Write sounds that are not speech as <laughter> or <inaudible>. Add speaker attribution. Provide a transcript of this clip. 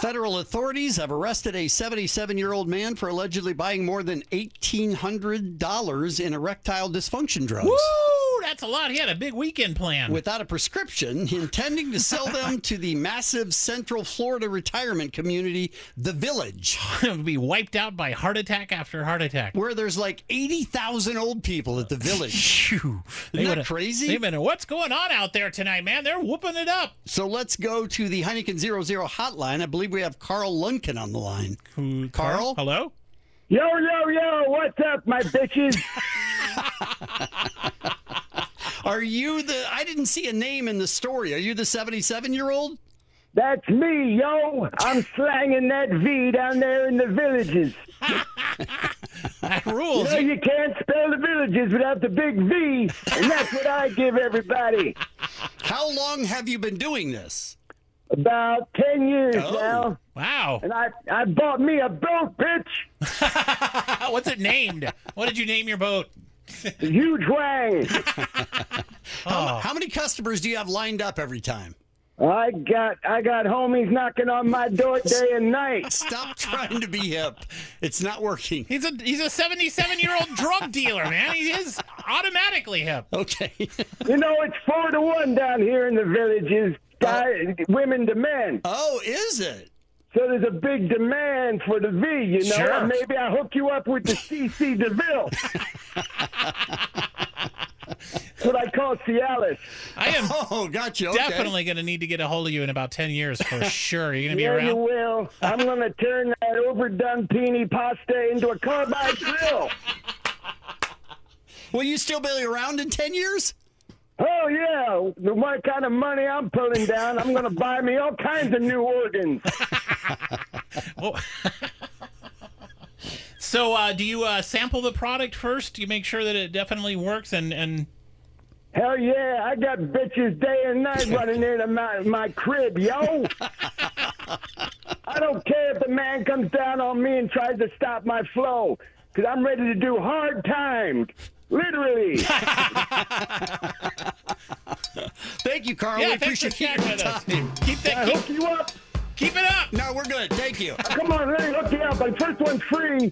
Speaker 1: Federal authorities have arrested a 77 year old man for allegedly buying more than $1,800 in erectile dysfunction drugs.
Speaker 2: Woo! That's a lot. He had a big weekend plan.
Speaker 1: Without a prescription, intending to sell them to the massive Central Florida retirement community, The Village,
Speaker 2: to <laughs> be wiped out by heart attack after heart attack.
Speaker 1: where there's like 80,000 old people at The Village.
Speaker 2: Phew.
Speaker 1: Isn't that
Speaker 2: would've-
Speaker 1: crazy?
Speaker 2: They would've, what's going on out there tonight, man? They're whooping it up.
Speaker 1: So let's go to the Heineken 00 hotline. I believe we have Carl Lunkin on the line.
Speaker 2: Who-
Speaker 1: Carl?
Speaker 2: Hello?
Speaker 3: Yo, yo, yo, what's up, my bitches?
Speaker 1: Are you the? I didn't see a name in the story. Are you the 77 year old?
Speaker 3: That's me, yo. I'm slanging that V down there in the villages.
Speaker 2: That rules.
Speaker 3: So you can't spell the villages without the big V, and that's what I give everybody.
Speaker 1: How long have you been doing this?
Speaker 3: About 10 years
Speaker 1: Oh.
Speaker 3: now,
Speaker 2: Wow.
Speaker 3: <laughs> and I, I bought me a boat, bitch.
Speaker 2: What's it named? what did you name your boat?
Speaker 3: A huge wang.
Speaker 2: Oh.
Speaker 1: How, how many customers do you have lined up every time?
Speaker 3: I got, I got homies knocking on my door day and night.
Speaker 2: <laughs>
Speaker 1: Stop trying to be hip. It's not working.
Speaker 2: He's a he's a 77 year
Speaker 1: <laughs>
Speaker 2: old drug dealer, man. He is automatically hip.
Speaker 1: Okay.
Speaker 2: <laughs>
Speaker 3: You know, it's four to one down here in the villages, guy, women to men.
Speaker 1: Oh, is it?
Speaker 3: So there's a big demand for the V, you know.
Speaker 2: Sure.
Speaker 3: And Maybe I hook you up with the CC DeVille. That's what I call Cialis.
Speaker 2: I am
Speaker 1: Oh, gotcha. <laughs> Okay.
Speaker 2: definitely going to need to get a hold of you in about 10 years
Speaker 3: <laughs>
Speaker 2: for sure. You're going to be
Speaker 3: Yeah, you
Speaker 2: around.
Speaker 3: will. I'm gonna turn that overdone peony pasta into a carbide grill.
Speaker 1: Will you still be around in 10 years?
Speaker 3: Oh yeah, the what kind of money I'm pulling down, I'm gonna buy me all kinds of new organs.
Speaker 2: Oh. <laughs> so, uh, do you uh, sample the product first? Do you make sure that it definitely works? And, and
Speaker 3: Hell yeah, I got bitches day and night running into my, my crib, yo. I don't care if the man comes down on me and tries to stop my flow, because I'm ready to do hard times. Literally.
Speaker 1: Thank you, Carl.
Speaker 2: yeah,
Speaker 1: Oh, we
Speaker 2: thanks for
Speaker 1: appreciate
Speaker 2: chatting
Speaker 1: your
Speaker 2: with us.
Speaker 1: time.
Speaker 2: Keep
Speaker 3: I
Speaker 2: that, keep,
Speaker 3: hook you up.
Speaker 2: keep it up.
Speaker 1: No, we're good. Thank you.
Speaker 3: Come on, let me hook you up. My first one's free.